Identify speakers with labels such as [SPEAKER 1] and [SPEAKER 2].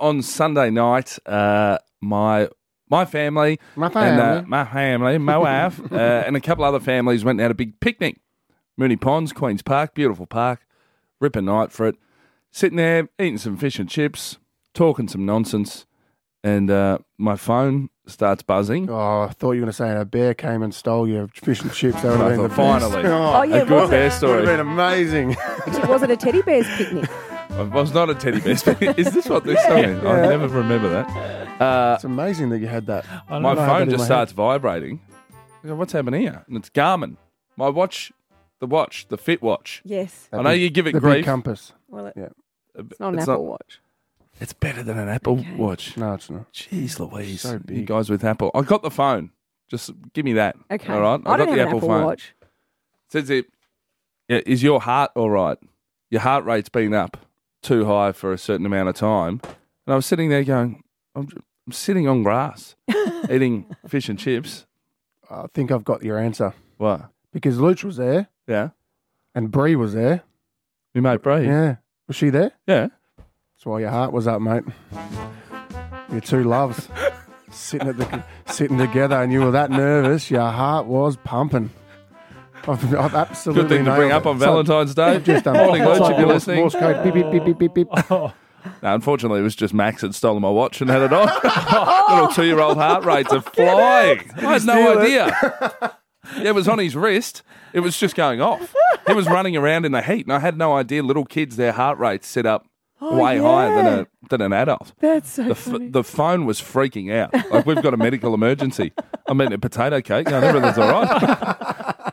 [SPEAKER 1] on Sunday night, uh, my my family,
[SPEAKER 2] My
[SPEAKER 1] and, uh,
[SPEAKER 2] family.
[SPEAKER 1] my family, my wife, uh, and a couple other families went and had a big picnic. Mooney Ponds, Queens Park, beautiful park, ripper night for it. Sitting there eating some fish and chips, talking some nonsense, and uh, my phone starts buzzing.
[SPEAKER 2] Oh, I thought you were going to say a bear came and stole your fish and chips. That would
[SPEAKER 1] I
[SPEAKER 2] have been the
[SPEAKER 1] thought,
[SPEAKER 2] best.
[SPEAKER 1] finally,
[SPEAKER 2] Oh,
[SPEAKER 3] Oh,
[SPEAKER 2] it
[SPEAKER 3] yeah,
[SPEAKER 1] a good
[SPEAKER 3] was,
[SPEAKER 1] bear
[SPEAKER 3] it,
[SPEAKER 2] would have
[SPEAKER 1] story.
[SPEAKER 2] been amazing.
[SPEAKER 3] was it a teddy bear's picnic?
[SPEAKER 1] I was not a teddy bear. Is this what this song is? I never remember that. Uh,
[SPEAKER 2] it's amazing that you had that.
[SPEAKER 1] My
[SPEAKER 2] know, I had that
[SPEAKER 1] phone
[SPEAKER 2] in
[SPEAKER 1] just
[SPEAKER 2] my
[SPEAKER 1] starts vibrating. I go, What's happening here? And it's Garmin. My watch, the watch, the Fit watch.
[SPEAKER 3] Yes.
[SPEAKER 1] I know you give it
[SPEAKER 2] The big
[SPEAKER 1] grief.
[SPEAKER 2] compass.
[SPEAKER 3] Well, it,
[SPEAKER 2] Yeah.
[SPEAKER 3] it's not an
[SPEAKER 1] It's
[SPEAKER 3] Apple
[SPEAKER 1] not-
[SPEAKER 3] Watch.
[SPEAKER 1] It's better than an Apple
[SPEAKER 3] Okay.
[SPEAKER 1] watch.
[SPEAKER 2] No, it's not.
[SPEAKER 1] Jeez Louise.
[SPEAKER 2] So
[SPEAKER 1] You
[SPEAKER 2] big.
[SPEAKER 1] guys with Apple. I got the phone. Just give me that.
[SPEAKER 3] Okay.
[SPEAKER 1] All right.
[SPEAKER 3] I,
[SPEAKER 1] got
[SPEAKER 3] don't have
[SPEAKER 1] the
[SPEAKER 3] an
[SPEAKER 1] Apple,
[SPEAKER 3] Apple
[SPEAKER 1] phone.
[SPEAKER 3] Watch.
[SPEAKER 1] Says it. Yeah, is your heart all right? Your heart rate's been up too high for a certain amount of time. And I was sitting there going, I'm, j- I'm sitting on grass, eating fish and chips.
[SPEAKER 2] I think I've got your answer
[SPEAKER 1] What?
[SPEAKER 2] because Luch was there
[SPEAKER 1] Yeah.
[SPEAKER 2] and Bree was there.
[SPEAKER 1] We mate Bree.
[SPEAKER 2] Yeah, was she there?
[SPEAKER 1] yeah.
[SPEAKER 2] That's why your heart was up, mate. Your two loves sitting at the sitting together, and you were that nervous. Your heart was pumping. I've, I've absolutely
[SPEAKER 1] Good thing to bring up
[SPEAKER 2] nailed it.
[SPEAKER 1] on
[SPEAKER 2] It's like-
[SPEAKER 1] Valentine's Day.
[SPEAKER 2] I've just um, done
[SPEAKER 1] Morning,
[SPEAKER 2] it's
[SPEAKER 1] Luch,
[SPEAKER 2] like
[SPEAKER 1] if you're
[SPEAKER 2] Morse-
[SPEAKER 1] listening.
[SPEAKER 2] Morse code, beep, beep, beep, beep, beep, beep.
[SPEAKER 1] No, unfortunately, it was just Max had stolen my watch and had it on. Little two-year-old heart rates are flying. I had no idea. yeah, it was on his wrist. It was just going off. He was running around in the heat, and I had no idea. Little kids, their heart rates sit up way higher than a than an adult.
[SPEAKER 3] That's so
[SPEAKER 1] The, f-
[SPEAKER 3] funny.
[SPEAKER 1] the phone was freaking out. Like we've got a medical emergency. I'm eating a potato cake. No, everything's all right.